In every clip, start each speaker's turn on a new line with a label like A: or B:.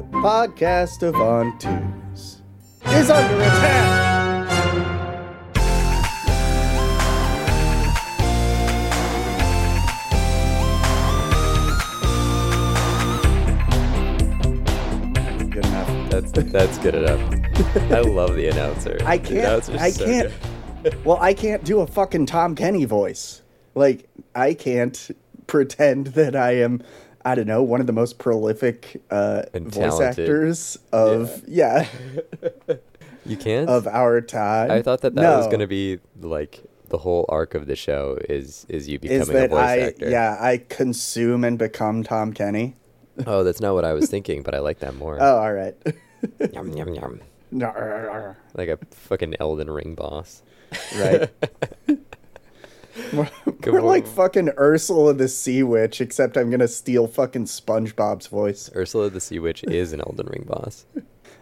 A: podcast of On Twos is under attack. Good enough.
B: That's that's good enough. I love the announcer.
A: I
B: The
A: can't.
B: announcer's
A: I
B: so
A: can't. well, I can't do a fucking Tom Kenny voice. Like I can't pretend that I am. I don't know, one of the most prolific uh,
B: And
A: voice
B: talented.
A: actors of yeah,
B: good. You can't.
A: of our time.
B: I thought that that was
A: No.
B: going to be like the whole arc of the show is is you becoming
A: is that
B: a voice
A: I
B: actor.
A: yeah I consume and become Tom Kenny.
B: Oh, that's not what I was thinking, but I like that more.
A: Oh, all right.
B: Yum yum yum.
A: Nar.
B: Like a fucking Elden Ring boss.
A: right. We're, we're
B: on.
A: like fucking Ursula the Sea Witch, except I'm gonna steal fucking SpongeBob's voice.
B: Ursula the Sea Witch is an Elden Ring boss.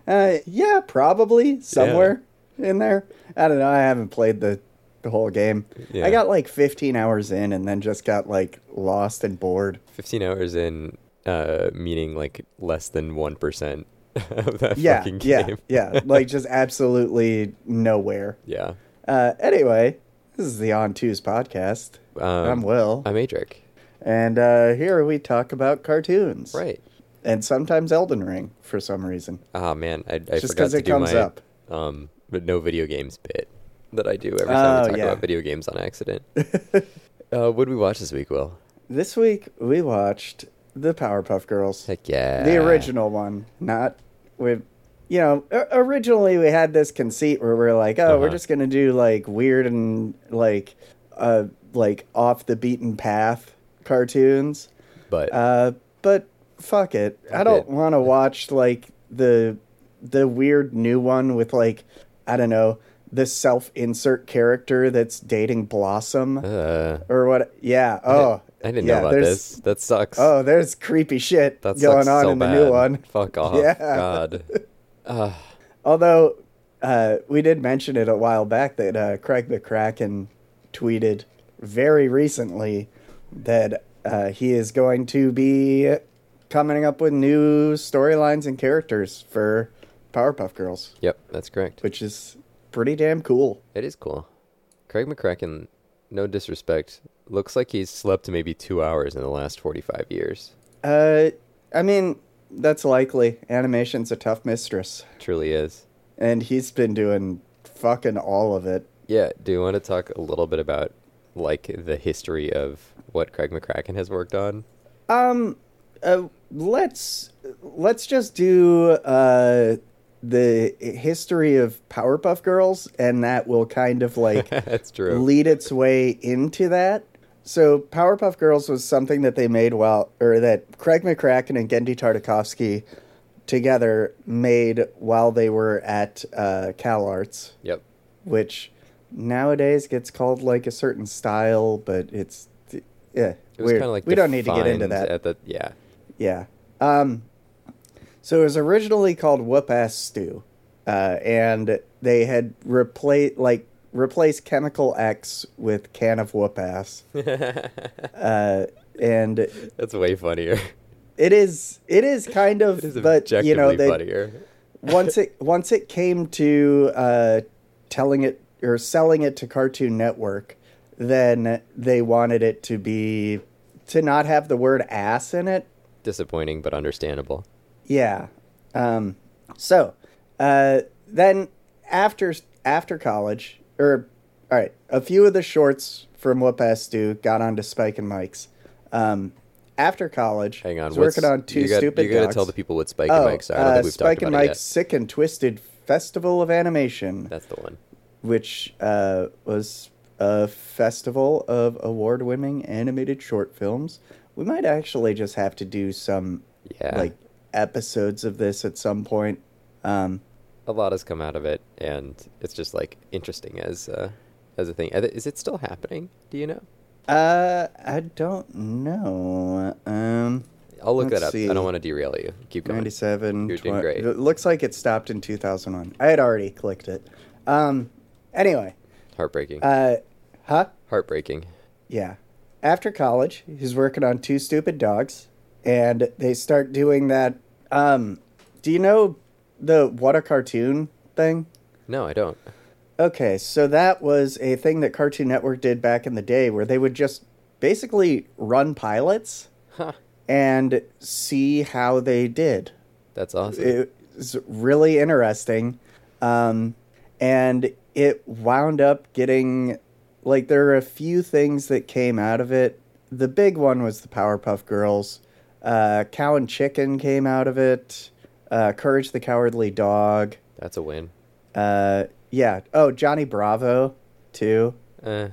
A: Uh, yeah, probably somewhere in there. I don't know. I haven't played the, the whole game.
B: Yeah.
A: I got like 15 hours in, and then just got like lost and bored.
B: Fifteen hours in, uh, meaning like less than one percent of that
A: Yeah,
B: fucking
A: yeah,
B: game.
A: yeah. Like just absolutely nowhere.
B: yeah.
A: Uh, anyway, this is the On Twos podcast.
B: Um,
A: I'm Will,
B: I'm Adric.
A: and uh, here we talk about cartoons,
B: Right.
A: And sometimes Elden Ring for some reason.
B: Ah man, I, I
A: Just
B: forgot
A: 'cause
B: to
A: it
B: do
A: comes
B: my
A: up.
B: um, but no video games bit that I do every time
A: Oh,
B: we talk
A: yeah.
B: about video games on accident. uh, what did we watch this week, Will?
A: This week we watched the Powerpuff Girls.
B: Heck yeah,
A: the original one, not with. You know, o- originally we had this conceit where we're like, "Oh, we're
B: Uh-huh.
A: just gonna do like weird and like, uh, like off the beaten path cartoons."
B: But
A: Uh, but fuck it, I
B: Fuck
A: don't
B: it.
A: want to watch like the the weird new one with like I don't know the self insert character that's dating Blossom
B: uh,
A: or what? Yeah. Oh,
B: I didn't
A: yeah,
B: know about
A: there's-
B: this. That sucks.
A: Oh, there's creepy shit
B: that
A: going
B: sucks
A: on
B: so
A: in the
B: bad.
A: new one.
B: Fuck off.
A: Yeah.
B: God.
A: Although uh, we did mention it a while back that uh, Craig the Kraken tweeted very recently that uh, he is going to be coming up with new storylines and characters for Powerpuff Girls,
B: Yep, that's correct.
A: which is pretty damn cool.
B: It is cool. Craig McCracken, no disrespect, looks like he's slept maybe two hours in the last forty-five years.
A: Uh, I mean, that's likely. Animation's a tough mistress,
B: Truly is.
A: and he's been doing fucking all of it.
B: Yeah, do you want to talk a little bit about like the history of what Craig McCracken has worked on?
A: uh, let's let's just do uh, the history of Powerpuff Girls, and that will kind of like
B: That's true.
A: lead its way into that. So Powerpuff Girls was something that they made while, or that Craig McCracken and Gendy Tartakovsky together made while they were at uh, CalArts,
B: yep.
A: which nowadays gets called like a certain style, but it's yeah.
B: It was
A: weird.
B: kind of like
A: we don't need to get into
B: defined
A: that.
B: At the, yeah,
A: Yeah. Um, so it was originally called Whoop Ass Stew, uh, and they had replaced like replaced Chemical X with Can of Whoop Ass, uh, and it
B: that's way funnier.
A: is it is kind of
B: It is
A: but
B: objectively
A: you know they
B: funnier.
A: once it once it came to uh, telling it or selling it to Cartoon Network, then they wanted it to be to not have the word ass in it
B: Disappointing, but understandable.
A: Yeah. Um, so uh, then after after college, or all right, a few of the shorts from What Past Do got onto Spike and Mike's. Um, after college,
B: Hang on,
A: was working
B: what's-
A: on two
B: you got,
A: stupid.
B: You got to
A: Ducks.
B: tell the people what Spike
A: oh,
B: and Mike's are. I don't
A: uh,
B: think we've
A: Spike
B: talked
A: and
B: about
A: Mike's
B: it
A: Sick and Twisted Festival of Animation,
B: yet. That's the one.
A: which uh, was a festival of award-winning animated short films. We might actually just have to do some
B: Yeah,
A: like episodes of this at some point. Um,
B: a lot has come out of it, and it's just like interesting as uh, as a thing. Is it still happening? Do you know?
A: uh, I don't know. Um,
B: I'll look
A: Let's
B: that up.
A: see.
B: I don't want to derail you. Keep going.
A: 97.
B: You're doing
A: 20
B: great.
A: It looks like it stopped in 2001. I had already clicked it. Um, anyway,
B: Heartbreaking.
A: uh, huh?
B: Heartbreaking.
A: Yeah. After college, he's working on Two Stupid Dogs, and they start doing that um, Do you know the what a cartoon thing?
B: No, I don't.
A: Okay, so that was a thing that Cartoon Network did back in the day where they would just basically run pilots
B: Huh.
A: and see how they did.
B: That's awesome.
A: It was really interesting. Um, and it wound up getting like there were a few things that came out of it. The big one was the Powerpuff Girls. Uh, Cow and Chicken came out of it. Uh, Courage the Cowardly Dog.
B: That's a win.
A: Uh, yeah. Oh, Johnny Bravo too.
B: Uh,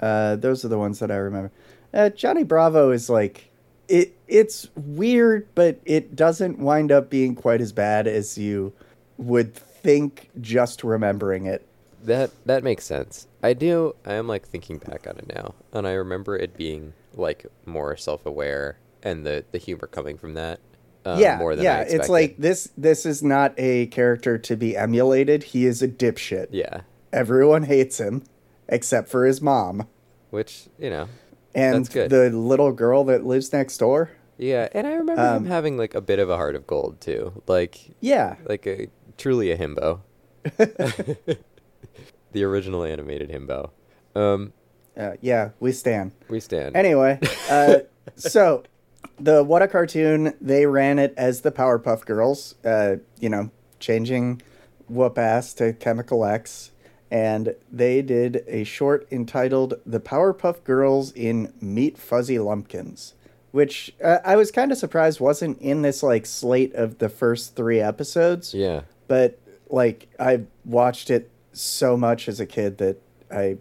A: Uh, those are the ones that I remember. Uh, Johnny Bravo is like it. It's weird, but it doesn't wind up being quite as bad as you would think just remembering it.
B: that that makes sense. I do. I am like thinking back on it now, and I remember it being like more self-aware and the the humor coming from that. Um,
A: yeah,
B: more than I
A: yeah. it's
B: expected.
A: like this. This is not a character to be emulated. He is a dipshit.
B: yeah,
A: Everyone hates him, except for his mom
B: which you know,
A: and
B: That's good.
A: the little girl that lives next door.
B: yeah. And I remember
A: Um,
B: him having like a bit of a heart of gold too, like
A: Yeah,
B: like a truly a himbo. the original animated himbo. Um,
A: uh, yeah. We stand.
B: we stand.
A: Anyway, uh, so the What a Cartoon, they ran it as the Powerpuff Girls, uh, you know, changing Whoop Ass to Chemical X. And they did a short entitled The Powerpuff Girls in Meat Fuzzy Lumpkins, which uh, I was kind of surprised wasn't in this, like, slate of the first three episodes
B: yeah,
A: but like I watched it so much as a kid that I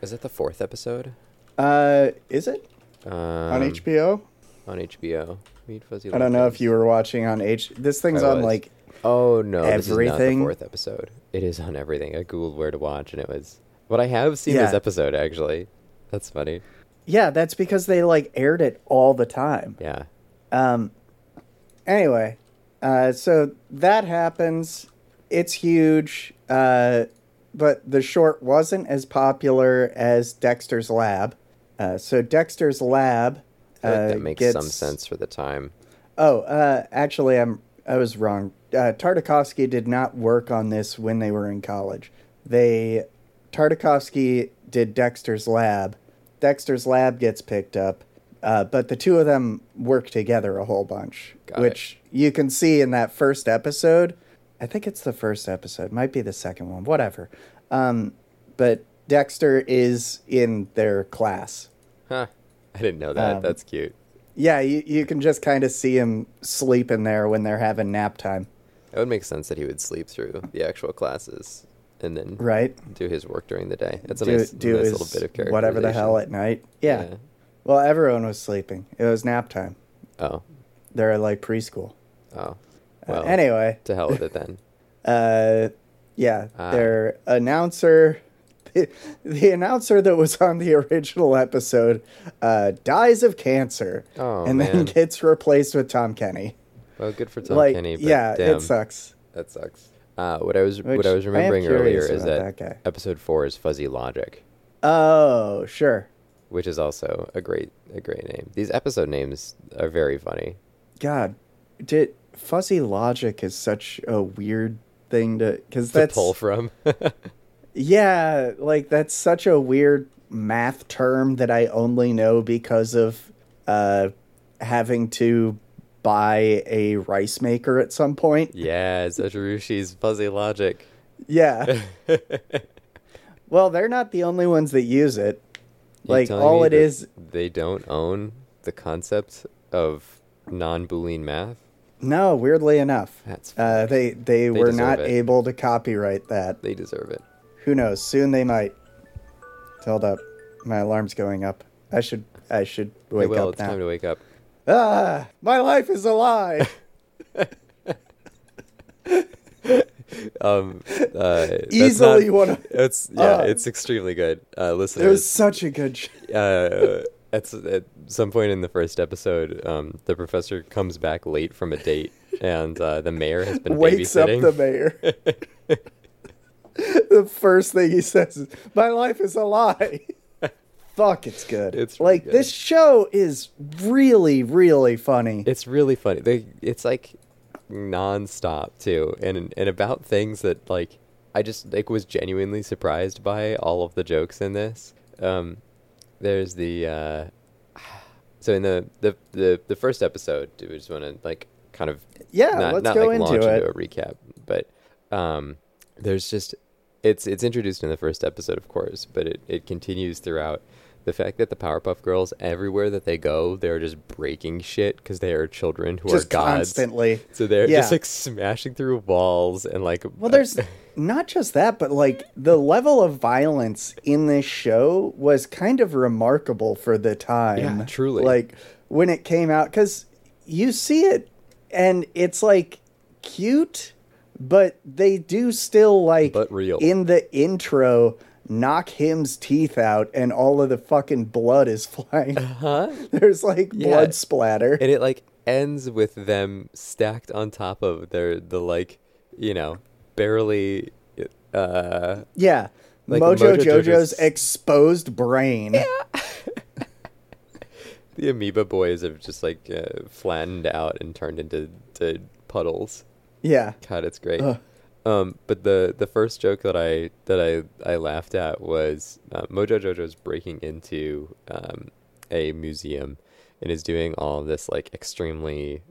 B: is that the fourth episode?
A: uh is it
B: Um,
A: on HBO?
B: on HBO. Meet Fuzzy.
A: I don't know
B: Lumpkins.
A: if you were watching on H. This thing's
B: I
A: on
B: was.
A: like
B: Oh no, this is not the
A: everything.
B: fourth episode. It is on everything. I googled where to watch, and it was. But I have seen this
A: Yeah.
B: episode actually. That's funny.
A: yeah, that's because they like aired it all the time.
B: Yeah.
A: Um, anyway, uh, so that happens. It's huge, uh, but the short wasn't as popular as Dexter's Lab. Uh, so Dexter's Lab
B: I feel like
A: uh,
B: that makes some
A: gets-
B: sense for the time.
A: Oh, uh, actually, I'm I was wrong. Uh, Tartakovsky did not work on this when they were in college. They Tartakovsky did Dexter's Lab. Dexter's Lab gets picked up, uh, but the two of them work together a whole bunch,
B: Got it.
A: which you can see in that first episode. I think it's the first episode, might be the second one, whatever. Um, but Dexter is in their class.
B: Huh. I didn't know that.
A: Um,
B: That's cute.
A: Yeah, you, you can just kind of see him sleeping there when they're having nap time.
B: It would make sense that he would sleep through the actual classes and then
A: Right.
B: do his work during the day. That's a
A: do
B: nice,
A: do
B: nice
A: his
B: little bit of character.
A: whatever the hell at night. Yeah.
B: Yeah.
A: Well, everyone was sleeping. It was nap time.
B: Oh.
A: They're at like preschool.
B: Oh.
A: Uh,
B: Well.
A: anyway,
B: To hell with it then.
A: uh, yeah,
B: Ah.
A: their announcer, the, the announcer that was on the original episode, uh, dies of cancer,
B: Oh,
A: and
B: man.
A: then gets replaced with Tom Kenny.
B: Well, good for Tom
A: like,
B: Kenny. But
A: yeah,
B: damn.
A: it sucks.
B: That sucks. Uh, what I was
A: Which
B: what I was
A: I am
B: remembering earlier
A: curious
B: is
A: about
B: that,
A: that guy.
B: episode four is fuzzy logic,
A: Oh, sure.
B: which is also a great a great name. These episode names are very funny.
A: God, did fuzzy logic is such a weird thing to because
B: To
A: that's
B: pull from.
A: Yeah, like that's such a weird math term that I only know because of uh having to buy a rice maker at some point.
B: yeah, Zosharushi's fuzzy logic.
A: Yeah. well, they're not the only ones that use it.
B: You
A: Like
B: telling
A: all
B: me
A: it
B: that
A: is
B: they don't own the concept of non-Boolean math.
A: no, weirdly enough.
B: That's
A: Uh they they, were
B: deserve
A: not
B: it.
A: able to copyright that.
B: They deserve it.
A: Who knows? Soon they might. Hold up. My alarm's going up. I should I should
B: They
A: wake
B: will.
A: up
B: It's
A: now.
B: time to wake up.
A: Ah, my life is a lie.
B: Um, uh, that's
A: Easily
B: not-
A: one of-
B: It's yeah,
A: Uh,
B: it's extremely good. Uh, listeners,
A: It was such a good show.
B: uh, at, s- at some point in the first episode, um, the professor comes back late from a date, and uh, the mayor has been
A: Wakes up
B: babysitting.
A: the mayor. the first thing he says is, My life is a lie. Fuck, it's good.
B: It's really
A: like
B: good.
A: this show is really, really funny.
B: it's really funny. They, it's like nonstop too, and and about things that like I just like was genuinely surprised by all of the jokes in this. Um, there's the uh, so in the the the, the first episode, do we just want to like kind of
A: Yeah,
B: not,
A: let's
B: not
A: go
B: like
A: into
B: launch
A: it.
B: into a recap, but um, there's just it's it's introduced in the first episode, of course, but it, it continues throughout. The fact that the Powerpuff Girls everywhere that they go, they're just breaking shit because they are children who
A: Just
B: are gods.
A: constantly.
B: So they're
A: Yeah.
B: just like smashing through walls and like
A: Well, there's not just that, but like the level of violence in this show was kind of remarkable for the time.
B: Yeah, truly.
A: Like when it came out, because you see it and it's like cute, but they do still like
B: But real.
A: in the intro knock him's teeth out and all of the fucking blood is flying.
B: huh?
A: There's like
B: Uh-huh. Yeah.
A: blood splatter.
B: And it like ends with them stacked on top of their the like you know barely uh
A: yeah.
B: Like
A: Mojo,
B: Mojo
A: Jojo's,
B: Jojo's-
A: exposed brain.
B: the amoeba boys have just like uh, flattened out and turned into to puddles.
A: yeah.
B: God, it's great. Um, but the the first joke that I that I I laughed at was uh, Mojo Jojo's breaking into um, a museum and is doing all this like extremely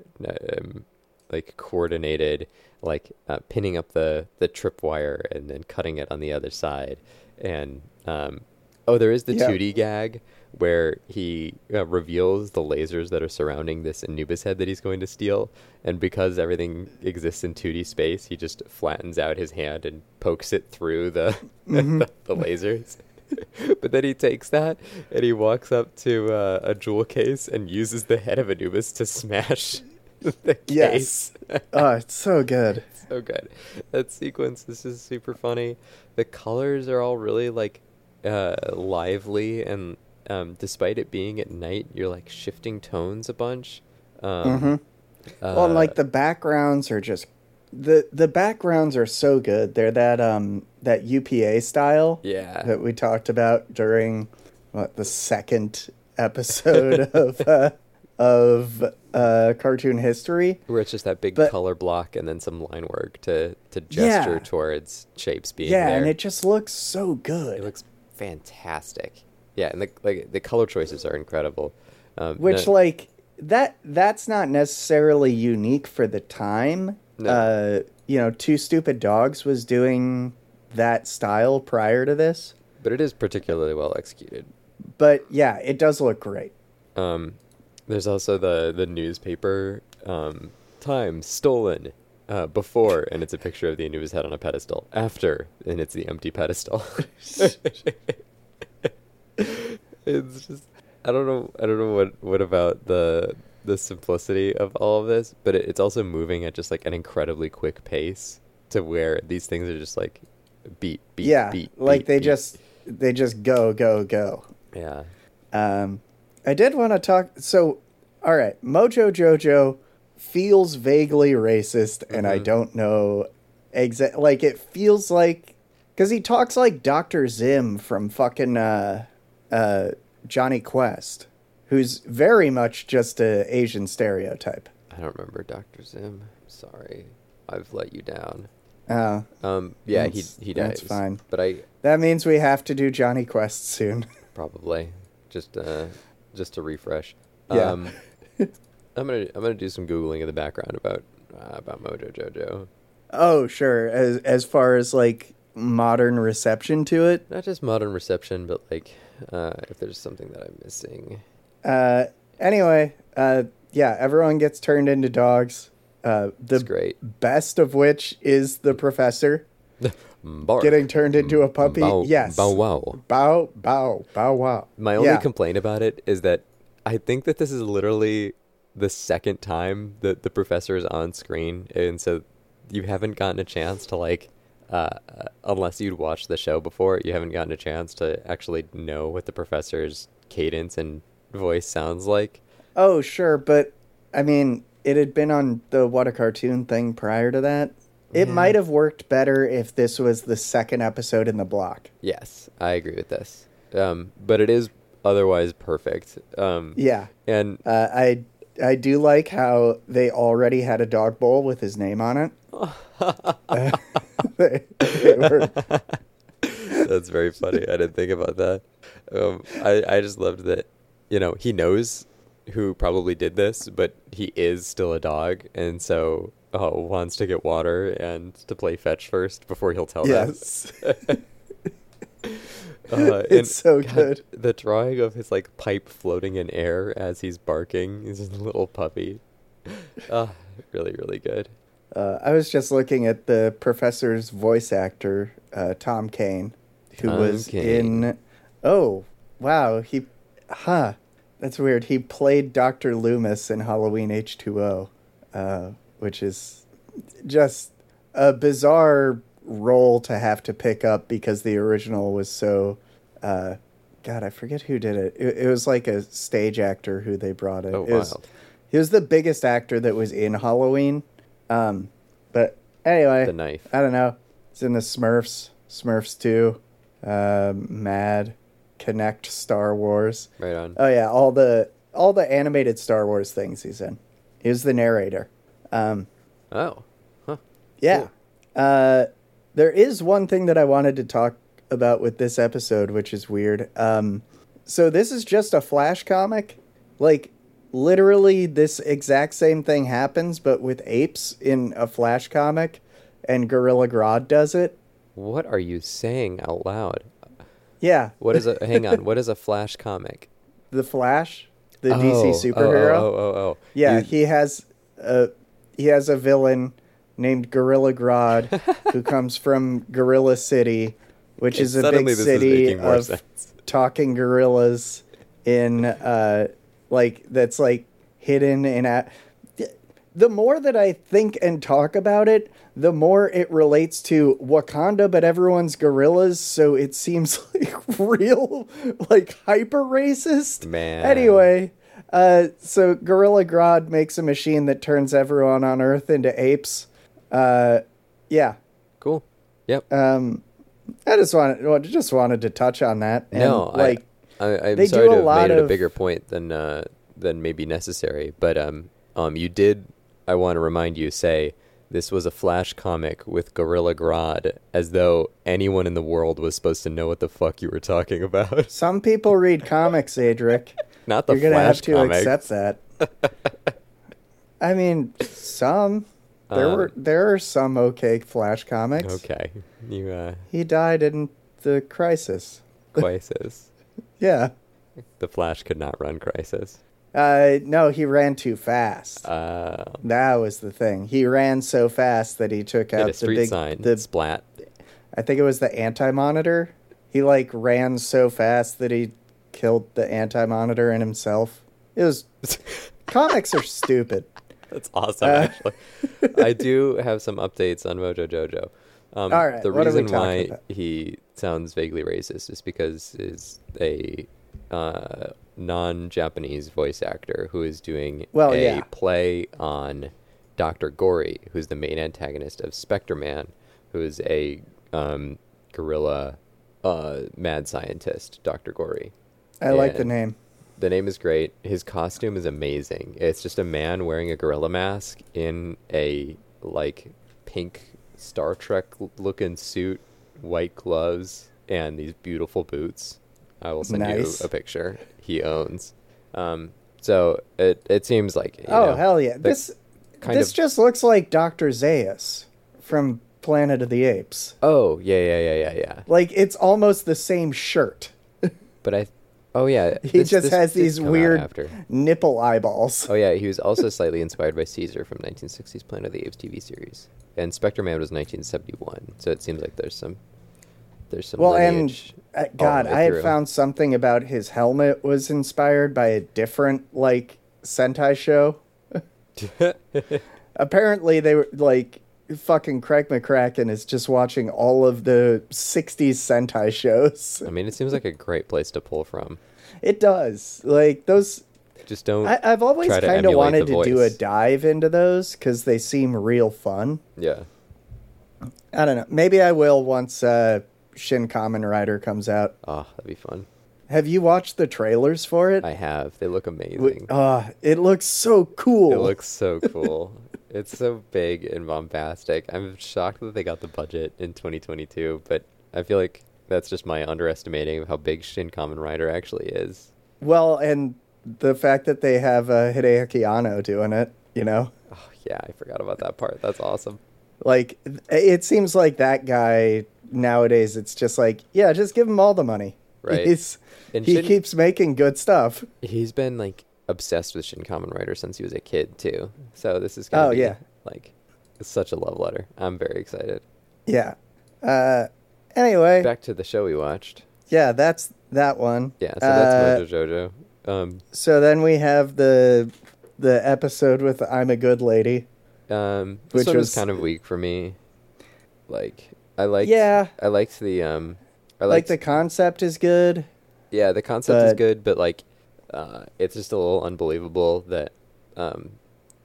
B: um, like coordinated like uh, pinning up the the trip wire and then cutting it on the other side and um, oh there is the
A: Yeah.
B: 2D gag where he uh, reveals the lasers that are surrounding this Anubis head that he's going to steal. And because everything exists in 2D space, he just flattens out his hand and pokes it through the,
A: Mm-hmm.
B: the, lasers. but then he takes that and he walks up to uh, a jewel case and uses the head of Anubis to smash the
A: Yes.
B: case.
A: oh, it's so good.
B: so good. Oh, That sequence is just super funny. The colors are all really like uh, lively, and um, despite it being at night, you're like shifting tones a bunch. Um, uh,
A: Mm-hmm. well, like the backgrounds are just the the backgrounds are so good. They're that um that UPA style
B: Yeah.
A: that we talked about during what the second episode of uh, of uh, cartoon history.
B: where it's just that big
A: but-
B: color block and then some line work to to gesture
A: Yeah.
B: towards shapes being
A: Yeah,
B: there.
A: and it just looks so good.
B: It looks fantastic. Yeah, and the like the color choices are incredible. Um,
A: Which
B: no-
A: like that that's not necessarily unique for the time.
B: No.
A: Uh, you know, Two Stupid Dogs was doing that style prior to this.
B: but it is particularly well executed.
A: But yeah, it does look great.
B: Um, there's also the the newspaper um, time stolen uh, before, and it's a picture of the Anubis head on a pedestal. After, and it's the empty pedestal. it's just I don't know I don't know what what about the the simplicity of all of this, but it, it's also moving at just like an incredibly quick pace to where these things are just like beat beat
A: yeah,
B: beat
A: like
B: beat,
A: they
B: beat.
A: just they just go go go.
B: yeah
A: Um, I did want to talk. So, all right, Mojo Jojo feels vaguely racist, and
B: Mm-hmm.
A: I don't know exact. Like it feels like because he talks like Doctor Zim from fucking uh, uh, Johnny Quest, who's very much just a Asian stereotype.
B: I don't remember Doctor Zim. I'm sorry, I've let you down.
A: Uh,
B: Um, yeah,
A: That's-
B: he he dies.
A: that's fine.
B: But I
A: that means we have to do Johnny Quest soon.
B: probably just uh just to refresh.
A: Yeah.
B: Um, I'm gonna I'm gonna do some googling in the background about uh, about Mojo Jojo.
A: oh, sure. As as far as like modern reception to it,
B: Not just modern reception, but like uh, if there's something that I'm missing.
A: Uh, anyway, uh, yeah, everyone gets turned into dogs. Uh, the
B: It's great.
A: best of which is the professor
B: Bark.
A: getting turned into a puppy.
B: Bow,
A: yes.
B: Bow wow.
A: Bow, bow, bow, wow.
B: My only
A: Yeah.
B: complaint about it is that I think that this is literally the second time that the professor is on screen, and so you haven't gotten a chance to like, uh, uh, unless you'd watched the show before, you haven't gotten a chance to actually know what the professor's cadence and voice sounds like.
A: oh, sure, but I mean, it had been on the What a Cartoon thing prior to that. It might have worked better if this was the second episode in the block.
B: Yes, I agree with this, um, but it is otherwise perfect. Um,
A: Yeah.
B: and
A: Uh, I I do like how they already had a dog bowl with his name on it. Uh, they- they were-
B: That's very funny. I didn't think about that. Um, I I just loved that. You know, he knows who probably did this, but he is still a dog, and so uh, wants to get water and to play fetch first before he'll tell
A: Yes.
B: them. Uh, and
A: It's so good.
B: The drawing of his like pipe floating in air as he's barking. He's just a little puppy. Uh, really, really good.
A: Uh, I was just looking at the professor's voice actor, uh, Tom Kane, who
B: Tom
A: was
B: Kane.
A: in. Oh, wow. He. Huh. That's weird. He played Dr. Loomis in Halloween H2O, uh, which is just a bizarre role to have to pick up because the original was so. Uh, God, I forget who did it. It, it was like a stage actor who they brought in.
B: Oh,
A: It was-
B: wild.
A: he was the biggest actor that was in Halloween. Um, but anyway,
B: The knife.
A: I don't know. It's in the Smurfs, Smurfs Two, uh, Mad, Connect, Star Wars.
B: Right on.
A: Oh yeah, all the all the animated Star Wars things he's in. He was the narrator. Um,
B: oh. Huh.
A: yeah. Uh, there is one thing that I wanted to talk about with this episode, which is weird. Um, so this is just a flash comic. Like, literally, this exact same thing happens, but with apes in a flash comic, and Gorilla Grodd does it.
B: What are you saying out loud?
A: Yeah.
B: What is a hang on? What is a flash comic?
A: The Flash, the
B: Oh,
A: DC
B: oh,
A: superhero.
B: Oh, oh, oh, oh.
A: Yeah,
B: You-
A: he has a he has a villain named Gorilla Grodd who comes from Gorilla City, which is a big
B: suddenly this is
A: city
B: making more
A: of
B: sense.
A: talking gorillas in uh like that's like hidden in a the more that I think and talk about it, the more it relates to Wakanda, but everyone's gorillas, so it seems like real, like hyper racist.
B: Man.
A: Anyway, uh, so Gorilla Grodd makes a machine that turns everyone on Earth into apes. Uh, yeah,
B: cool. Yep.
A: um, I just wanted well, just wanted to touch on that. And,
B: no,
A: like
B: I, I, I'm
A: they do
B: sorry to
A: a
B: have
A: lot
B: made it a
A: of-
B: bigger point than uh, than maybe necessary, but um, um, you did. I want to remind you, say this was a flash comic with Gorilla Grodd, as though anyone in the world was supposed to know what the fuck you were talking about.
A: some people read comics, Adric.
B: Not the
A: You're gonna
B: flash
A: have to
B: comic.
A: accept that. I mean, some there
B: Um,
A: were there are some okay Flash comics.
B: Okay, you uh,
A: He died in the crisis.
B: crisis.
A: Yeah.
B: the Flash could not run crisis.
A: Uh, no, he ran too fast.
B: Uh,
A: that was the thing. He ran so fast that he took
B: had
A: out
B: a
A: the
B: street
A: big
B: sign.
A: the
B: splat.
A: I think it was the anti monitor. He like ran so fast that he killed the anti monitor and himself. It was comics are stupid.
B: That's awesome.
A: Uh,
B: actually, I do have some updates on Mojo Jojo. Um,
A: All right,
B: the
A: what are we
B: reason
A: talking
B: why
A: about?
B: he sounds vaguely racist is because is a uh, non-Japanese voice actor who is doing
A: Well,
B: a
A: yeah.
B: play on Doctor Gory, who's the main antagonist of Spectre Man, who is a um, gorilla uh, mad scientist. Doctor Gory.
A: I like the
B: And-
A: name.
B: The name is great. His costume is amazing. It's just a man wearing a gorilla mask in a like pink Star Trek l- looking suit, white gloves, and these beautiful boots. I will send
A: Nice.
B: you a picture. He owns. Um, so it it seems like you
A: oh
B: know,
A: hell yeah!
B: the
A: This
B: kind
A: this
B: of-
A: just looks like Doctor Zaius from Planet of the Apes.
B: Oh yeah yeah yeah yeah yeah.
A: Like it's almost the same shirt.
B: But I oh yeah
A: He
B: this-
A: just
B: this
A: has
B: did
A: these
B: come out
A: weird
B: after.
A: nipple eyeballs.
B: Oh yeah, he was also slightly inspired by Caesar from 1960s Planet of the Apes TV series, and Spectre Man was 1971. So it seems like there's some, there's some.
A: Well,
B: lineage
A: and uh,
B: all
A: God,
B: the way
A: I had
B: through.
A: found something about his helmet was inspired by a different like Sentai show. Apparently, they were like fucking Craig McCracken is just watching all of the '60s Sentai shows.
B: I mean, it seems like a great place to pull from.
A: It does like those.
B: Just don't.
A: I, I've always
B: Try to
A: kind of
B: emulate
A: wanted
B: the
A: to do a
B: voice.
A: dive into those because they seem real fun.
B: yeah.
A: I don't know. Maybe I will once uh, Shin Kamen Rider comes out.
B: Oh, Ah, that'd be fun.
A: Have you watched the trailers for it?
B: I have. They look amazing.
A: W- Uh, it looks so cool.
B: It looks so cool. it's so big and bombastic. I'm shocked that they got the budget in 2022, but I feel like that's just my underestimating of how big Shin Kamen Rider actually is.
A: well, and the fact that they have uh, Hideaki Anno doing it, you know?
B: Oh, yeah, I forgot about that part. That's awesome.
A: Like, th- it seems like that guy nowadays, it's just like, yeah, just give him all the money.
B: Right.
A: He's,
B: And
A: he
B: Shin-
A: keeps making good stuff.
B: He's been like obsessed with Shin Kamen Rider since he was a kid too. So this is gonna
A: Oh,
B: be
A: yeah.
B: like it's such a love letter. I'm very excited.
A: Yeah. Uh, anyway,
B: Back to the show we watched.
A: yeah, that's that one.
B: Yeah, so that's
A: Uh,
B: Mojo Jojo. Um,
A: So then we have the the episode with I'm a good lady.
B: Um, this
A: Which
B: one was,
A: was-
B: kind of weak for me. Like I liked,
A: Yeah.
B: I liked the um, I
A: like
B: liked,
A: the concept is good.
B: yeah, the concept is
A: but-
B: good, but like, uh, it's just a little unbelievable that um,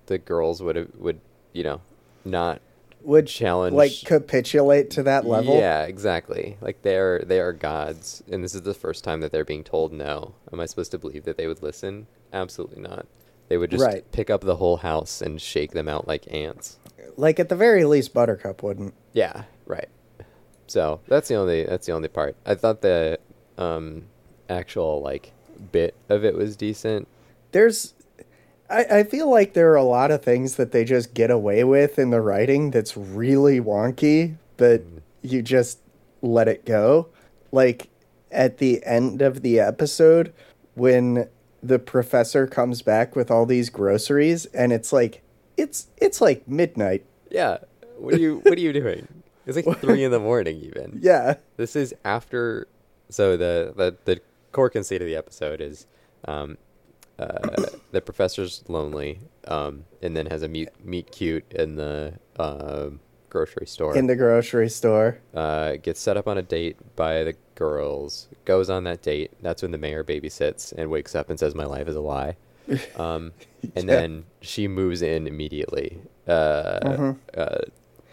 B: the girls would have would you know not
A: Would
B: challenge
A: like capitulate to that level.
B: Yeah, exactly. Like they are they are gods, and this is the first time that they're being told no. Am I supposed to believe that they would listen? Absolutely not. They would just
A: Right.
B: pick up the whole house and shake them out like ants.
A: Like at the very least, Buttercup wouldn't.
B: Yeah, right. So that's the only that's the only part. I thought the um, actual like bit of it was decent.
A: There's, I, I feel like there are a lot of things that they just get away with in the writing that's really wonky, but
B: Mm-hmm.
A: you just let it go. Like at the end of the episode, when the professor comes back with all these groceries, and it's like it's it's like midnight.
B: Yeah. What are you What are you doing? It's like three in the morning. Even
A: Yeah.
B: this is after. So the the the core conceit of the episode is, um, uh, the professor's lonely, um, and then has a meet meet cute in the um grocery store.
A: in the grocery store.
B: uh, gets set up on a date by the girls, goes on that date. That's when the mayor babysits and wakes up and says, "My life is a lie." Um, and
A: Yeah.
B: then she moves in immediately. Uh,
A: Mm-hmm.
B: uh,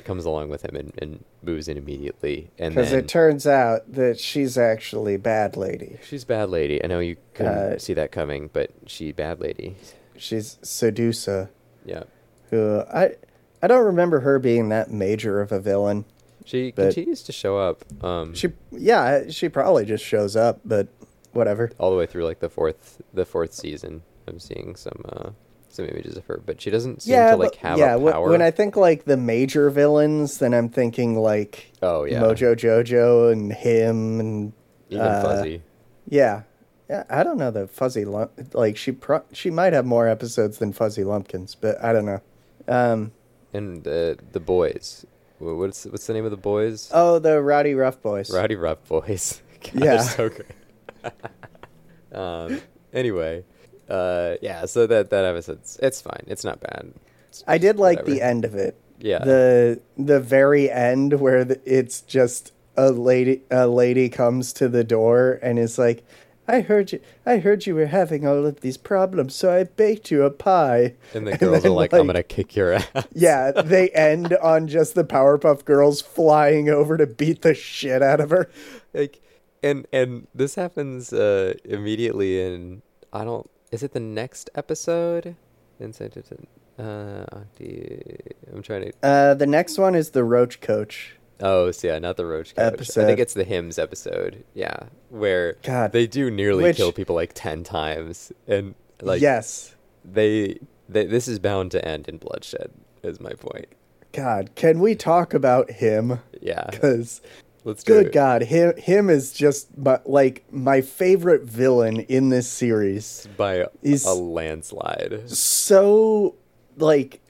B: comes along with him and, and moves in immediately. And
A: Because
B: then
A: it turns out that she's actually bad lady.
B: she's bad lady. I know you couldn't
A: Uh,
B: see that coming, but she bad lady.
A: She's Sedusa,
B: Yeah.
A: who I I don't remember her being that major of a villain.
B: She
A: But-
B: continues to show up um,
A: She yeah, she probably just shows up, but whatever.
B: all the way through like the fourth the fourth season. I'm seeing some uh, some images of her, but she doesn't seem
A: yeah,
B: to like
A: but-
B: have
A: yeah.
B: a
A: wh-
B: power.
A: When I think like the major villains, then I'm thinking like
B: Oh yeah,
A: Mojo Jojo and him and
B: even
A: uh,
B: Fuzzy.
A: Yeah. Yeah, I don't know the Fuzzy Lump. Like she pro- she might have more episodes than Fuzzy Lumpkins, but I don't know. Um,
B: And the the boys. Wh- What's what's the name of the boys?
A: oh, the Rowdy Rough Boys.
B: Rowdy Rough Boys. God,
A: Yeah.
B: they're so great. um. Anyway, uh, yeah. So that that episode's it's fine. It's not bad. It's-
A: I did like the
B: whatever.
A: end of it.
B: Yeah.
A: The the very end where the, it's just a lady a lady comes to the door and is like, "I heard you I heard you were having all of these problems, so I baked you a pie."
B: And the girls
A: then,
B: are like, "I'm gonna kick your ass."
A: Yeah, they end on just the Powerpuff Girls flying over to beat the shit out of her.
B: like and and this happens uh immediately in i don't is it the next episode inside to- uh the- i'm trying to
A: Uh, the next one is the Roach Coach.
B: oh so yeah not the roach coach i
A: Episode.
B: think it's the hymns episode yeah where
A: God.
B: they do nearly
A: Which-
B: kill people like 10 times and like
A: yes.
B: they, they this is bound to end in bloodshed is my point
A: God, can we talk about him?
B: yeah
A: Because
B: let's do
A: Good
B: it.
A: God, him him is just my, like my favorite villain in this series.
B: by
A: He's-
B: a landslide
A: So like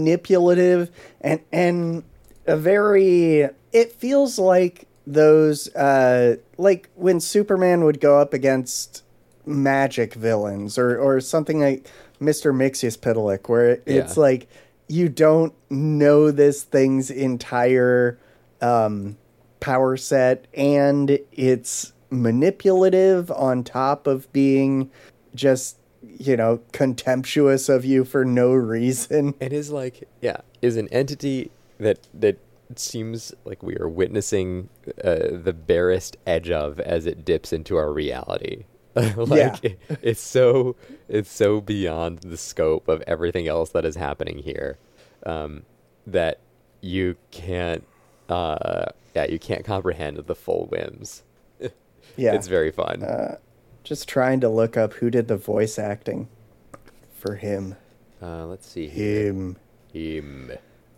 A: manipulative and and a very it feels like those uh like when Superman would go up against magic villains or or something like Mr. Mixius Pidalic where it- it's
B: Yeah.
A: like you don't know this thing's entire um, power set, and it's manipulative on top of being just, you know, contemptuous of you for no reason.
B: and is like yeah is an entity that that seems like we are witnessing uh, the barest edge of as it dips into our reality. like it, it's so it's so beyond the scope of everything else that is happening here um, that you can't uh, yeah you can't comprehend the full whims.
A: Yeah.
B: It's very fun.
A: uh, just trying to look up who did the voice acting for him.
B: Uh, let's see here.
A: Him.
B: Him.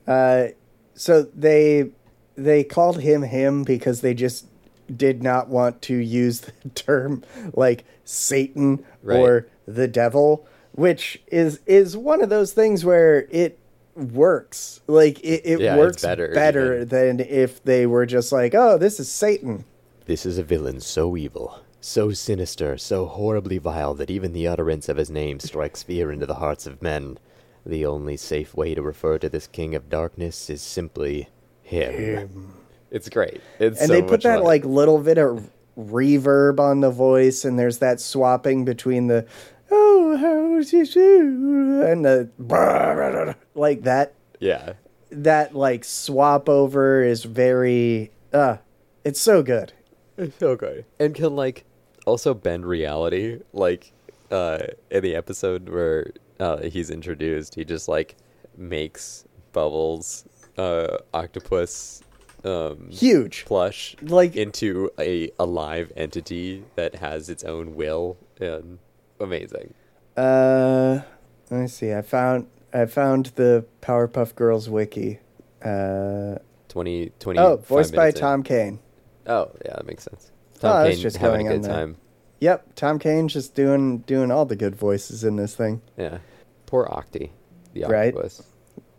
A: Uh, so they they called him him because they just did not want to use the term like Satan
B: Right.
A: or the devil, which is is one of those things where it works. Like it, it
B: Yeah, it's
A: works
B: better
A: better than if they were just like, oh, this is Satan.
B: This is a villain so evil, so sinister, so horribly vile that even the utterance of his name strikes fear into the hearts of men. The only safe way to refer to this king of darkness is simply him. It's great. It's
A: and
B: so
A: they put
B: much
A: that
B: fun.
A: like little bit of reverb on the voice and there's that swapping between the oh how is this you?" and the like that
B: yeah,
A: that like swap over is very uh it's so good
B: it's so good, and can like also bend reality. Like uh, in the episode where uh, he's introduced, he just like makes bubbles, uh, octopus, um,
A: huge
B: plush
A: Like-
B: into a, a live entity that has its own will and amazing
A: uh let me see i found i found the powerpuff girls wiki uh
B: 20 20
A: oh voiced by tom kane
B: oh yeah that makes sense
A: Oh,
B: tom
A: I was
B: Kane
A: just
B: having a
A: going on
B: good
A: there.
B: time
A: yep tom kane just doing doing all the good voices in this thing
B: yeah poor octi the
A: Right.
B: octopus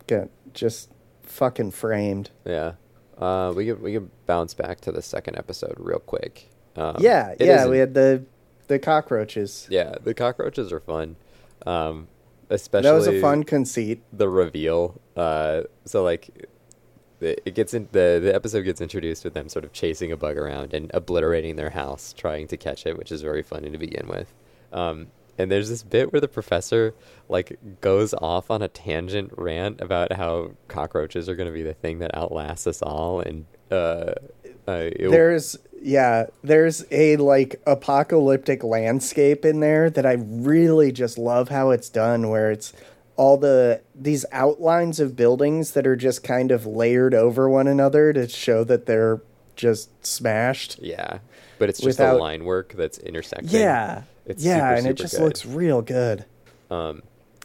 A: got just fucking framed.
B: yeah uh we could we could bounce back to the second episode real quick um,
A: yeah,
B: it
A: yeah,
B: isn't-
A: we had the the cockroaches.
B: yeah the cockroaches are fun um especially
A: that was a fun conceit.
B: the reveal. Uh, so like, it it gets in the the episode gets introduced with them sort of chasing a bug around and obliterating their house, trying to catch it, which is very funny to begin with. Um, and there's this bit where the professor like goes off on a tangent rant about how cockroaches are going to be the thing that outlasts us all, and uh, uh, it,
A: There's yeah, there's a like apocalyptic landscape in there that I really just love how it's done where it's all the these outlines of buildings that are just kind of layered over one another to show that they're just smashed.
B: yeah, but it's just a
A: Without-
B: line work that's intersecting.
A: Yeah.
B: It's
A: yeah,
B: super,
A: and it
B: super
A: just
B: good.
A: looks real good.
B: Um,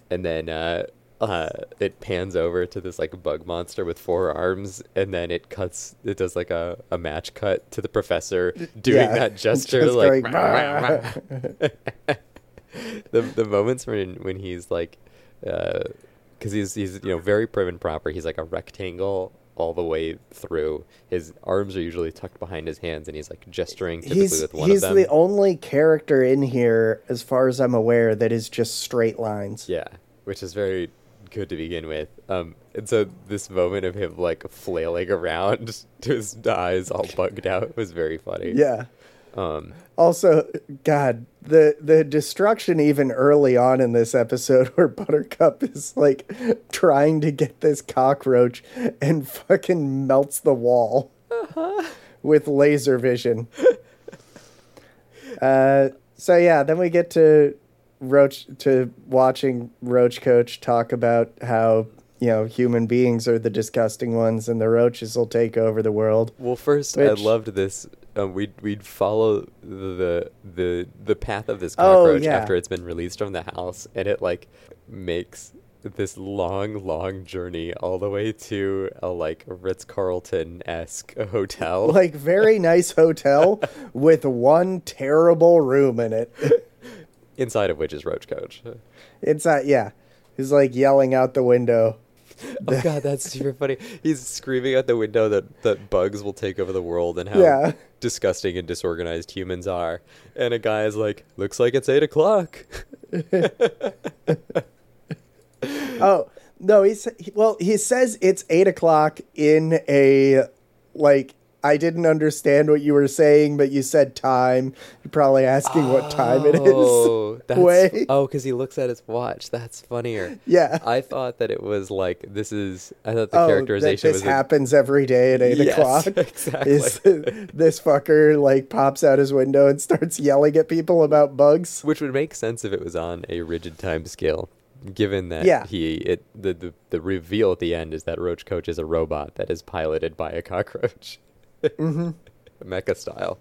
B: and then uh, uh, it pans over to this like bug monster with four arms, and then it cuts. It does like a, a match cut to the professor doing
A: Yeah.
B: that gesture,
A: Just
B: like
A: going,
B: "Rah, rah, rah." the the moments when when he's like, because he's he's you know very prim and proper. He's like a rectangle all the way through. His arms are usually tucked behind his hands, and he's like gesturing typically
A: he's
B: with one
A: he's
B: of them.
A: the only character in here, as far as I'm aware, that is just straight lines.
B: Yeah, which is very good to begin with. Um, and so this moment of him like flailing around to his eyes all bugged out was very funny.
A: Yeah.
B: Um,
A: Also, God, the the destruction even early on in this episode where Buttercup is like trying to get this cockroach and fucking melts the wall with laser vision. uh, so yeah, then we get to Roach to watching Roach Coach talk about how you know human beings are the disgusting ones and the roaches will take over the world.
B: well, first I
A: Which-
B: loved this. Um, we'd we'd follow the the the path of this
A: Oh,
B: cockroach
A: yeah.
B: after it's been released from the house, and it like makes this long, long journey all the way to a like Ritz Carlton esque hotel.
A: like very nice hotel with one terrible room in it.
B: inside of which is Roach Coach.
A: It's not yeah. He's like yelling out the window.
B: Oh god, that's super funny. He's screaming out the window that, that bugs will take over the world and how
A: Yeah.
B: disgusting and disorganized humans are. And a guy is like, "Looks like it's eight o'clock."
A: Oh no, he's he, well. He says it's eight o'clock in a like. I didn't understand what you were saying, but you said time. You're probably asking what time it is.
B: Oh, That's,
A: way.
B: Oh, because he looks at his watch. That's funnier.
A: Yeah.
B: I thought that it was like this is. I thought the
A: oh, that
B: characterization
A: this
B: was a-
A: happens every day at eight
B: Yes,
A: o'clock.
B: exactly.
A: Is this fucker like pops out his window and starts yelling at people about bugs?
B: which would make sense if it was on a rigid time scale, given that
A: Yeah.
B: he it the, the the reveal at the end is that Roach Coach is a robot that is piloted by a cockroach,
A: Mm-hmm.
B: mecha style.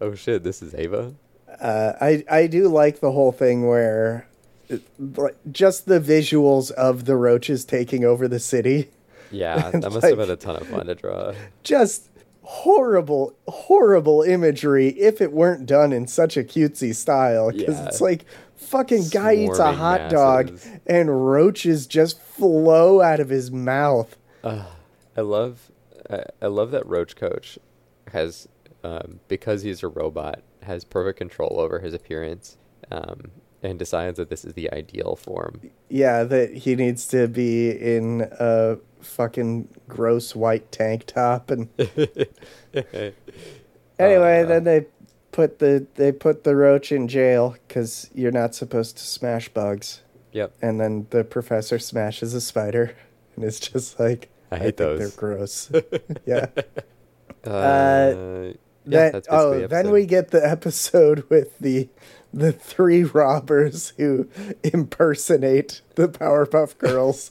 B: Oh shit! This is Ava.
A: Uh, I I do like the whole thing where, it- like, just the visuals of the roaches taking over the city,
B: Yeah, that must have
A: like-
B: been a ton of fun to draw.
A: just horrible horrible imagery if it weren't done in such a cutesy style because
B: Yeah.
A: it's like fucking guy eats a
B: Swarming
A: hot dog
B: masses.
A: and roaches just flow out of his mouth
B: I love, I, I love that Roach Coach has, um, because he's a robot, has perfect control over his appearance, um, and decides that this is the ideal form.
A: Yeah, that he needs to be in a fucking gross white tank top and
B: Oh,
A: anyway, then they put the they put the roach in jail cuz you're not supposed to smash bugs.
B: Yep.
A: And then the professor smashes a spider and it's just like
B: I hate those."
A: they're gross. yeah.
B: Uh, yeah,
A: That
B: that's basically
A: oh,
B: the
A: then
B: episode.
A: we get the episode with the the three robbers who impersonate the Powerpuff Girls,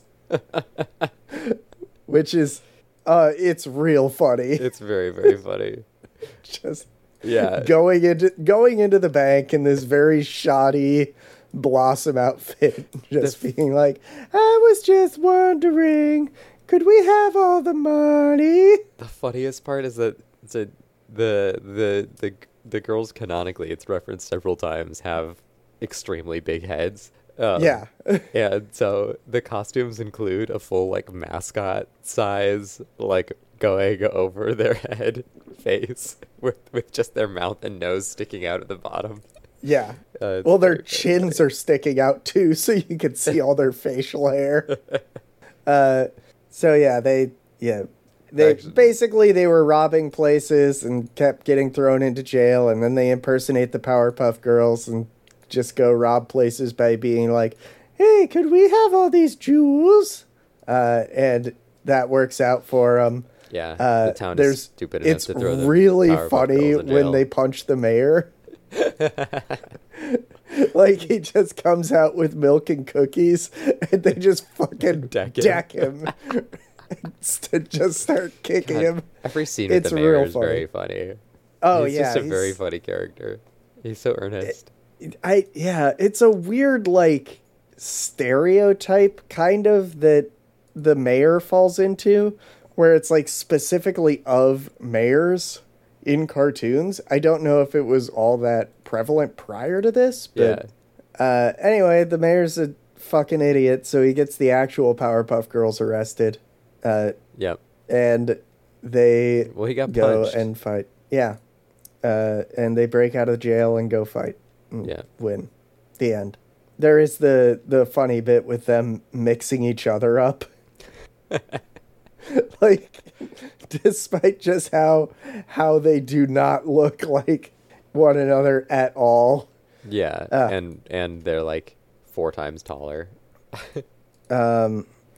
A: which is uh, it's real funny.
B: It's very very funny.
A: Just
B: Yeah.
A: going into going into the bank in this very shoddy blossom outfit, just being like, "I was just wondering, could we have all the money?"
B: The funniest part is that it's a, the the the the girls canonically, it's referenced several times, have extremely big heads. Um,
A: Yeah.
B: and so the costumes include a full like mascot size like going over their head face with with just their mouth and nose sticking out at the bottom.
A: Yeah.
B: Uh, it's
A: well, their
B: very, very
A: chins are sticking out too, so you can see all their facial hair. Uh, so yeah, they yeah they
B: Actually-
A: basically they were robbing places and kept getting thrown into jail, and then they impersonate the Powerpuff Girls and just go rob places by being like, "Hey, could we have all these jewels?" Uh, and that works out for them.
B: Yeah,
A: Uh,
B: the town
A: there's,
B: is stupid enough
A: it's
B: to throw the
A: really
B: Powerpuff
A: funny
B: Girls in
A: when
B: jail.
A: they punch the mayor. like he just comes out with milk and cookies, and they just fucking
B: Deck
A: deck
B: him.
A: him. St- just start kicking
B: God,
A: him.
B: Every scene with
A: It's
B: the mayor
A: real
B: is very funny.
A: Oh
B: he's
A: yeah,
B: just a very
A: he's-
B: funny character. He's so earnest.
A: I yeah, it's a weird like stereotype kind of that the mayor falls into where it's like specifically of mayors in cartoons. I don't know if it was all that prevalent prior to this, but uh anyway, the mayor's a fucking idiot, so he gets the actual Powerpuff Girls arrested. Uh
B: yep.
A: and they
B: Well, he got
A: go
B: punched.
A: and fight. Yeah. Uh, and they break out of jail and go fight. Mm,
B: Yeah.
A: Win. The end. There is the the funny bit with them mixing each other up. like despite just how how they do not look like one another at all.
B: Yeah.
A: Uh.
B: and and they're like four times taller.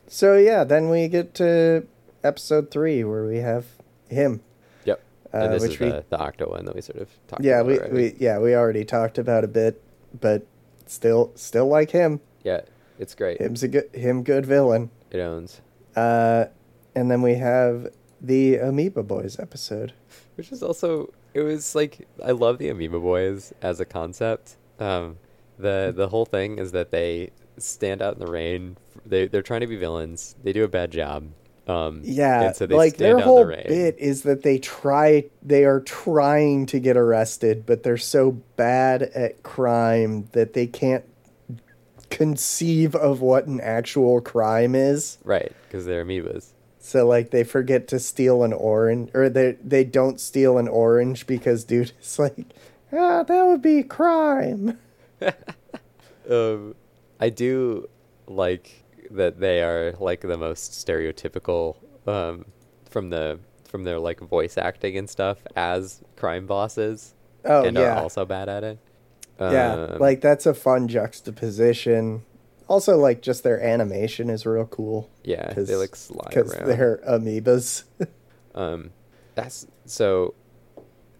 A: So yeah, then we get to episode 3 where we have him.
B: Yep.
A: Uh,
B: and this
A: which
B: is
A: we-
B: the, the octo one that we sort of talked
A: Yeah,
B: about.
A: we,
B: already.
A: we yeah, we already talked about a bit, but still still like him.
B: Yeah, it's great.
A: Him's a good him good villain.
B: It owns.
A: Uh and then we have the Amoeba Boys episode.
B: Which is also it was like I love the Amoeba Boys as a concept. Um, the the whole thing is that they stand out in the rain. They they're trying to be villains. They do a bad job. Um,
A: Yeah,
B: and so they
A: like
B: stand
A: their
B: out
A: whole
B: in the rain.
A: bit is that they try they are trying to get arrested, but they're so bad at crime that they can't conceive of what an actual crime is.
B: Right, because they're amoebas.
A: So like they forget to steal an orange, or they they don't steal an orange because dude is like, ah, that would be crime.
B: Um, I do like that they are like the most stereotypical um, from the from their like voice acting and stuff as crime bosses,
A: Oh
B: and
A: yeah,
B: are also bad at it.
A: Yeah,
B: Um,
A: like that's a fun juxtaposition. Also, like just their animation is real cool
B: yeah,
A: 'cause-
B: they like slide
A: because
B: around.
A: they're amoebas.
B: Um, that's so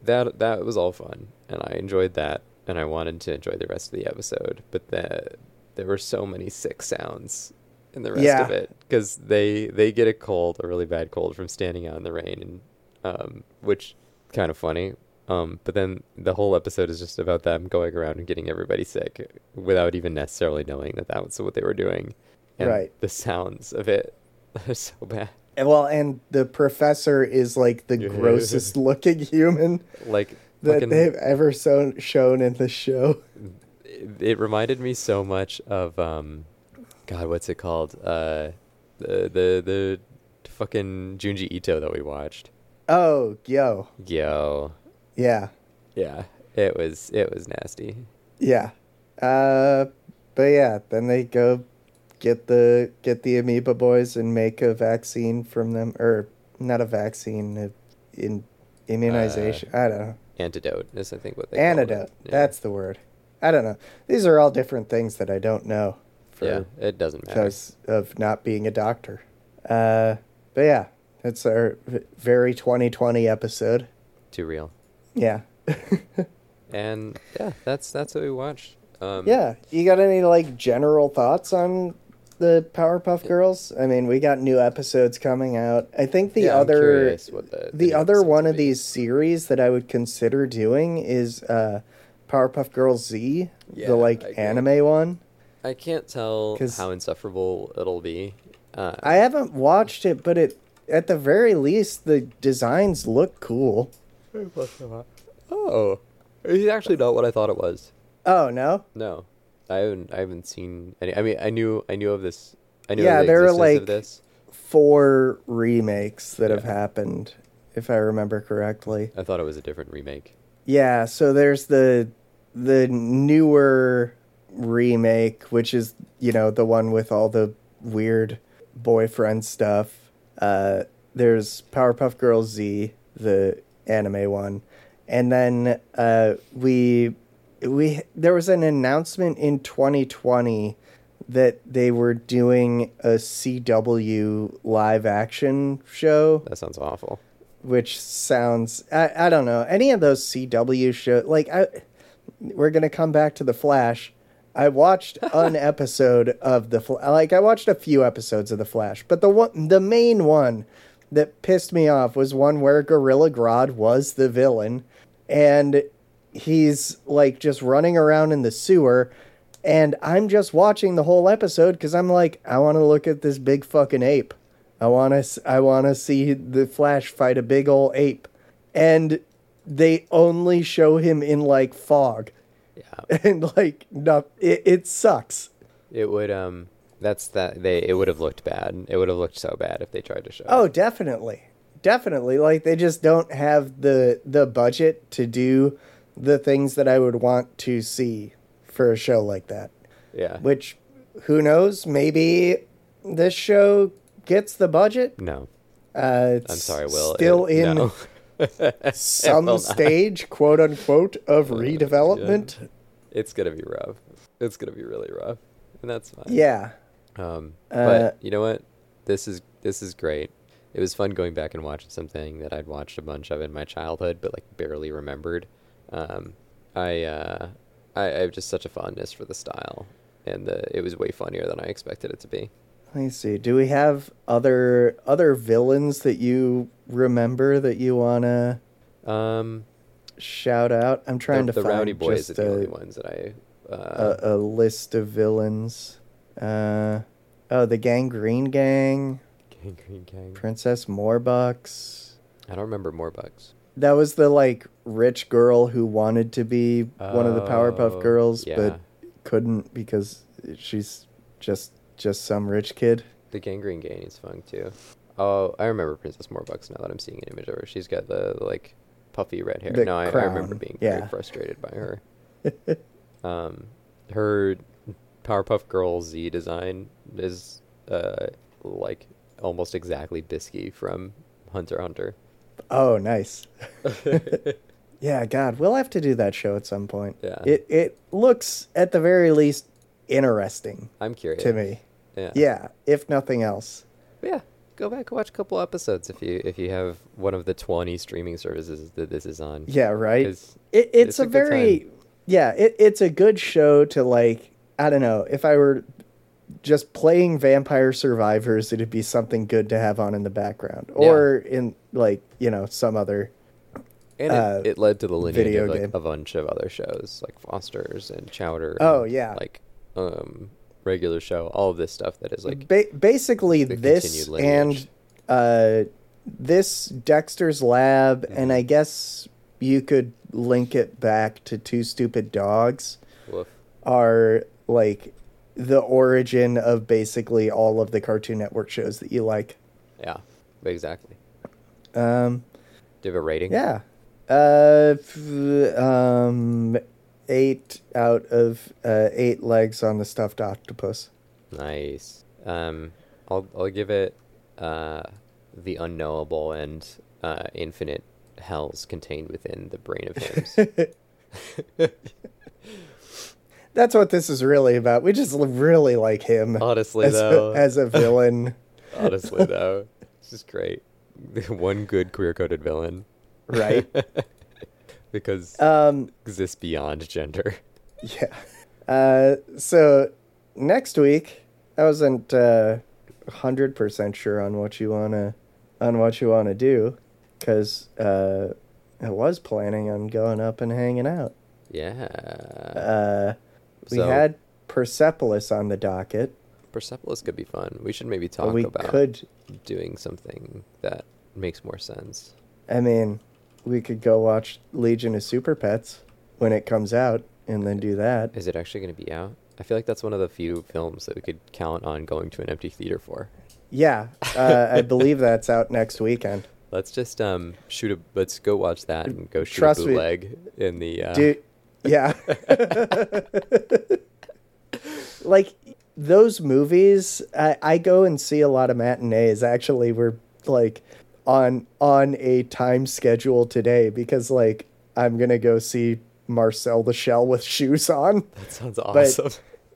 B: that that was all fun, and I enjoyed that, and I wanted to enjoy the rest of the episode, but the, there were so many sick sounds in the rest of
A: Yeah.
B: it because they they get a cold, a really bad cold from standing out in the rain, and um, which kind of funny. Um, but then the whole episode is just about them going around and getting everybody sick without even necessarily knowing that that was what they were doing. And
A: Right.
B: The sounds of it are so bad.
A: And, well, and the professor is like the
B: Yeah.
A: grossest looking human
B: Like
A: that
B: fucking-
A: they've ever so- shown in the show.
B: it, it reminded me so much of um god what's it called uh the the the fucking Junji Ito that we watched
A: Oh, yo,
B: yo
A: yeah,
B: yeah it was it was nasty
A: yeah. Uh, but yeah, then they go get the get the amoeba boys and make a vaccine from them, or not a vaccine, a, in immunization.
B: Uh,
A: I don't know.
B: antidote is I think what they call it.
A: Antidote.
B: Yeah.
A: That's the word. I don't know. These are all different things that I don't know
B: yeah
A: for
B: it doesn't matter
A: because of not being a doctor. Uh, but yeah, it's our v- very 2020 episode.
B: too real
A: Yeah.
B: and yeah that's that's what we watched um
A: Yeah. You got any like general thoughts on the Powerpuff Girls? I mean, we got new episodes coming out. I think the
B: yeah, I'm
A: other
B: curious what the,
A: the
B: new
A: other
B: episodes
A: one
B: will
A: of
B: be.
A: these series that I would consider doing is uh Powerpuff Girls Z,
B: Yeah,
A: the like
B: I agree.
A: anime one.
B: I can't tell
A: 'Cause-
B: how insufferable it'll be uh
A: I haven't watched it, but it at the very least the designs look cool.
B: oh it's actually not what I thought it was
A: Oh no.
B: No, I haven't. I haven't seen any. I mean, I knew. I knew of this. I knew
A: Yeah,
B: of the
A: there are,
B: existence of
A: like-
B: this.
A: Four remakes that have
B: Yeah.
A: happened, if I remember correctly.
B: I thought it was a different remake.
A: Yeah, so there's the the newer remake, which is, you know, the one with all the weird boyfriend stuff. Uh there's Powerpuff Girls Z, the anime one. And then uh we we there was an announcement in 2020 that they were doing a CW live action show
B: That sounds awful.
A: which sounds I, I don't know any of those CW show like I we're gonna come back to the Flash. I watched an episode of the Fl- like I watched a few episodes of the Flash, but the one the main one that pissed me off was one where Gorilla Grodd was the villain, and he's like just running around in the sewer. And I'm just watching the whole episode because I'm like, I want to look at this big fucking ape. I want to. I want to see the Flash fight a big ol' ape, and they only show him in like fog
B: Yeah,
A: and like not. It, it sucks.
B: it would. Um, that's that. They it would have looked bad. It would have looked so bad if they tried to show. it.
A: Oh, definitely, definitely. Like they just don't have the the budget to do the things that I would want to see for a show like that.
B: yeah.
A: Which, who knows? Maybe this show gets the budget.
B: No,
A: Uh,
B: I'm sorry, Will. It-
A: Still in.
B: no.
A: some stage, quote unquote, of redevelopment.
B: it's gonna be rough. It's gonna be really rough, and that's fine.
A: Yeah.
B: Um,
A: Uh,
B: but you know what? This is this is great. It was fun going back and watching something that I'd watched a bunch of in my childhood, but like barely remembered. Um, I, uh, I I have just such a fondness for the style, and the, it was way funnier than I expected it to be.
A: Let me see. Do we have other other villains that you remember that you wanna
B: Um,
A: shout out? I'm
B: the,
A: trying to
B: the
A: find
B: Rowdy Boys are
A: just
B: the only
A: a,
B: ones that I. Uh,
A: a, a list of villains. Uh, oh, the Gang Green Gang,
B: Gang Green Gang.
A: Princess Morbucks.
B: I don't remember more bugs.
A: That was the like rich girl who wanted to be one of the
B: Oh,
A: Powerpuff Girls,
B: yeah.
A: but couldn't because she's just just some rich kid.
B: The gangrene gang is fun too. Oh, I remember Princess Morbucks now that I'm seeing an image of her. She's got the, the, like puffy red hair.
A: The
B: no, I, I remember
A: crown,
B: being
A: yeah.
B: very frustrated by her. um, her Powerpuff Girl Z design is uh like almost exactly Bisky from Hunter x Hunter.
A: Oh, nice. Yeah, God, we'll have to do that show at some point.
B: Yeah.
A: It it looks at the very least interesting
B: I'm curious.
A: to me.
B: Yeah.
A: Yeah, if nothing else.
B: But yeah, go back and watch a couple episodes if you if you have one of the twenty streaming services that this is on.
A: Yeah, right.
B: 'Cause
A: It, it's,
B: it's
A: a,
B: a good
A: very yeah, it, it's a good show to like I don't know, if I were just playing Vampire Survivors, it'd be something good to have on in the background. Or in like, you know, some other
B: and it,
A: uh,
B: it led to the lineage
A: video
B: of like
A: game.
B: a bunch of other shows like Foster's and Chowder.
A: Oh,
B: and,
A: yeah.
B: like um regular show, all of this stuff that is like
A: ba- basically
B: the
A: this
B: continued
A: and
B: lineage.
A: uh, this Dexter's Lab,
B: Mm-hmm.
A: and I guess you could link it back to Two Stupid Dogs
B: woof.
A: are like the origin of basically all of the Cartoon Network shows that you like.
B: Yeah, exactly.
A: Um,
B: Do you have a rating?
A: yeah, uh, f- um, eight out of uh, eight legs on the stuffed octopus.
B: Nice. Um, I'll I'll give it uh the unknowable and uh infinite hells contained within the brain of hymns.
A: That's what this is really about. We just l- really like him.
B: Honestly,
A: as
B: though.
A: a, as a villain,
B: Honestly, though, this is great. One good queer coded villain
A: right?
B: because
A: um,
B: exists beyond gender.
A: yeah. Uh, so next week, I wasn't uh, hundred percent sure on what you wanna on what you wanna do, because uh, I was planning on going up and hanging out.
B: Yeah,
A: Uh, we
B: So-
A: had Persepolis on the docket,
B: Persepolis could be fun. We should maybe
A: but
B: talk
A: we
B: about
A: could.
B: doing something that makes more sense.
A: I mean, we could go watch Legion of Super Pets when it comes out, and then do that.
B: Is it actually going to be out? I feel like that's one of the few films that we could count on going to an empty theater for.
A: Yeah, uh, I believe that's out next weekend.
B: Let's just um shoot a let's go watch that and go shoot
A: Trust
B: a
A: me.
B: bootleg in the uh,
A: Dude, yeah. like those movies, I, I go and see a lot of matinees. Actually, we're like on on a time schedule today because like I'm gonna go see Marcel the Shell with shoes on.
B: That sounds awesome.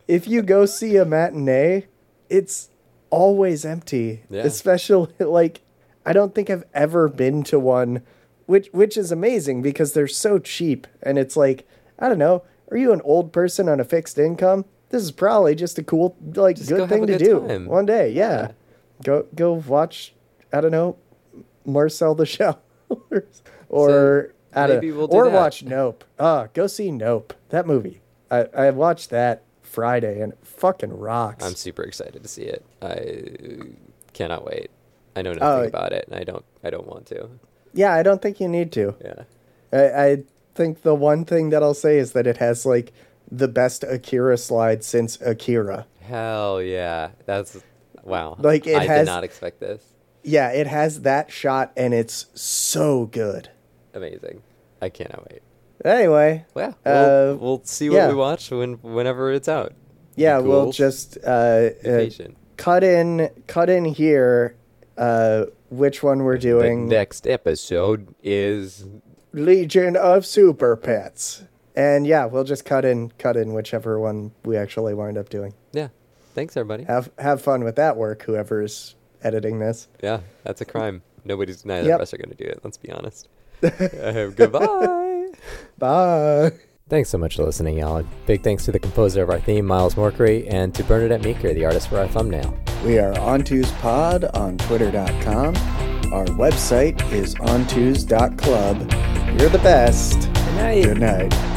A: If you go see a matinee, it's always empty.
B: Yeah.
A: Especially like I don't think I've ever been to one which which is amazing because they're so cheap and it's like I don't know, are you an old person on a fixed income? This is probably just a cool like
B: Just go
A: good
B: have
A: thing
B: a
A: to
B: good
A: do
B: time.
A: one day. Yeah.
B: Yeah.
A: Go go watch I don't know Marcel the Shell or, or I don't
B: maybe
A: know,
B: we'll do
A: or
B: that.
A: watch Nope. Ah, go see Nope. That movie. I, I watched that Friday and it fucking rocks.
B: I'm super excited to see it. I cannot wait. I know
A: Oh,
B: nothing about it, and I don't. I don't want to.
A: yeah, I don't think you need to.
B: Yeah.
A: I, I think the one thing that I'll say is that it has like the best Akira slide since Akira.
B: Hell yeah. That's wow.
A: Like, it
B: I
A: has-
B: did not expect this.
A: Yeah, it has that shot and it's so good.
B: Amazing. I cannot wait.
A: Anyway,
B: Well, we'll,
A: Uh,
B: we'll see what
A: yeah.
B: we watch when whenever it's out.
A: yeah,
B: Be
A: we'll
B: cool.
A: just uh,
B: Be
A: uh,
B: patient.
A: cut in cut in here uh, which one we're
B: The
A: doing.
B: next episode is
A: Legion of Super Pets. And yeah, we'll just cut in cut in whichever one we actually wind up doing.
B: yeah. Thanks everybody.
A: Have have fun with that work, whoever's editing this.
B: Yeah, that's a crime. Nobody's neither
A: Yep.
B: of us are going to do it. Let's be honest. Uh, goodbye.
A: Bye.
B: Thanks so much for listening, y'all. Big thanks to the composer of our theme, Miles Morkery, and to Bernadette Meeker, the artist for our thumbnail.
A: We are Ontoos Pod on Twitter.com. Our website is ontoos.club. You're the best.
B: Good night.
A: Good night.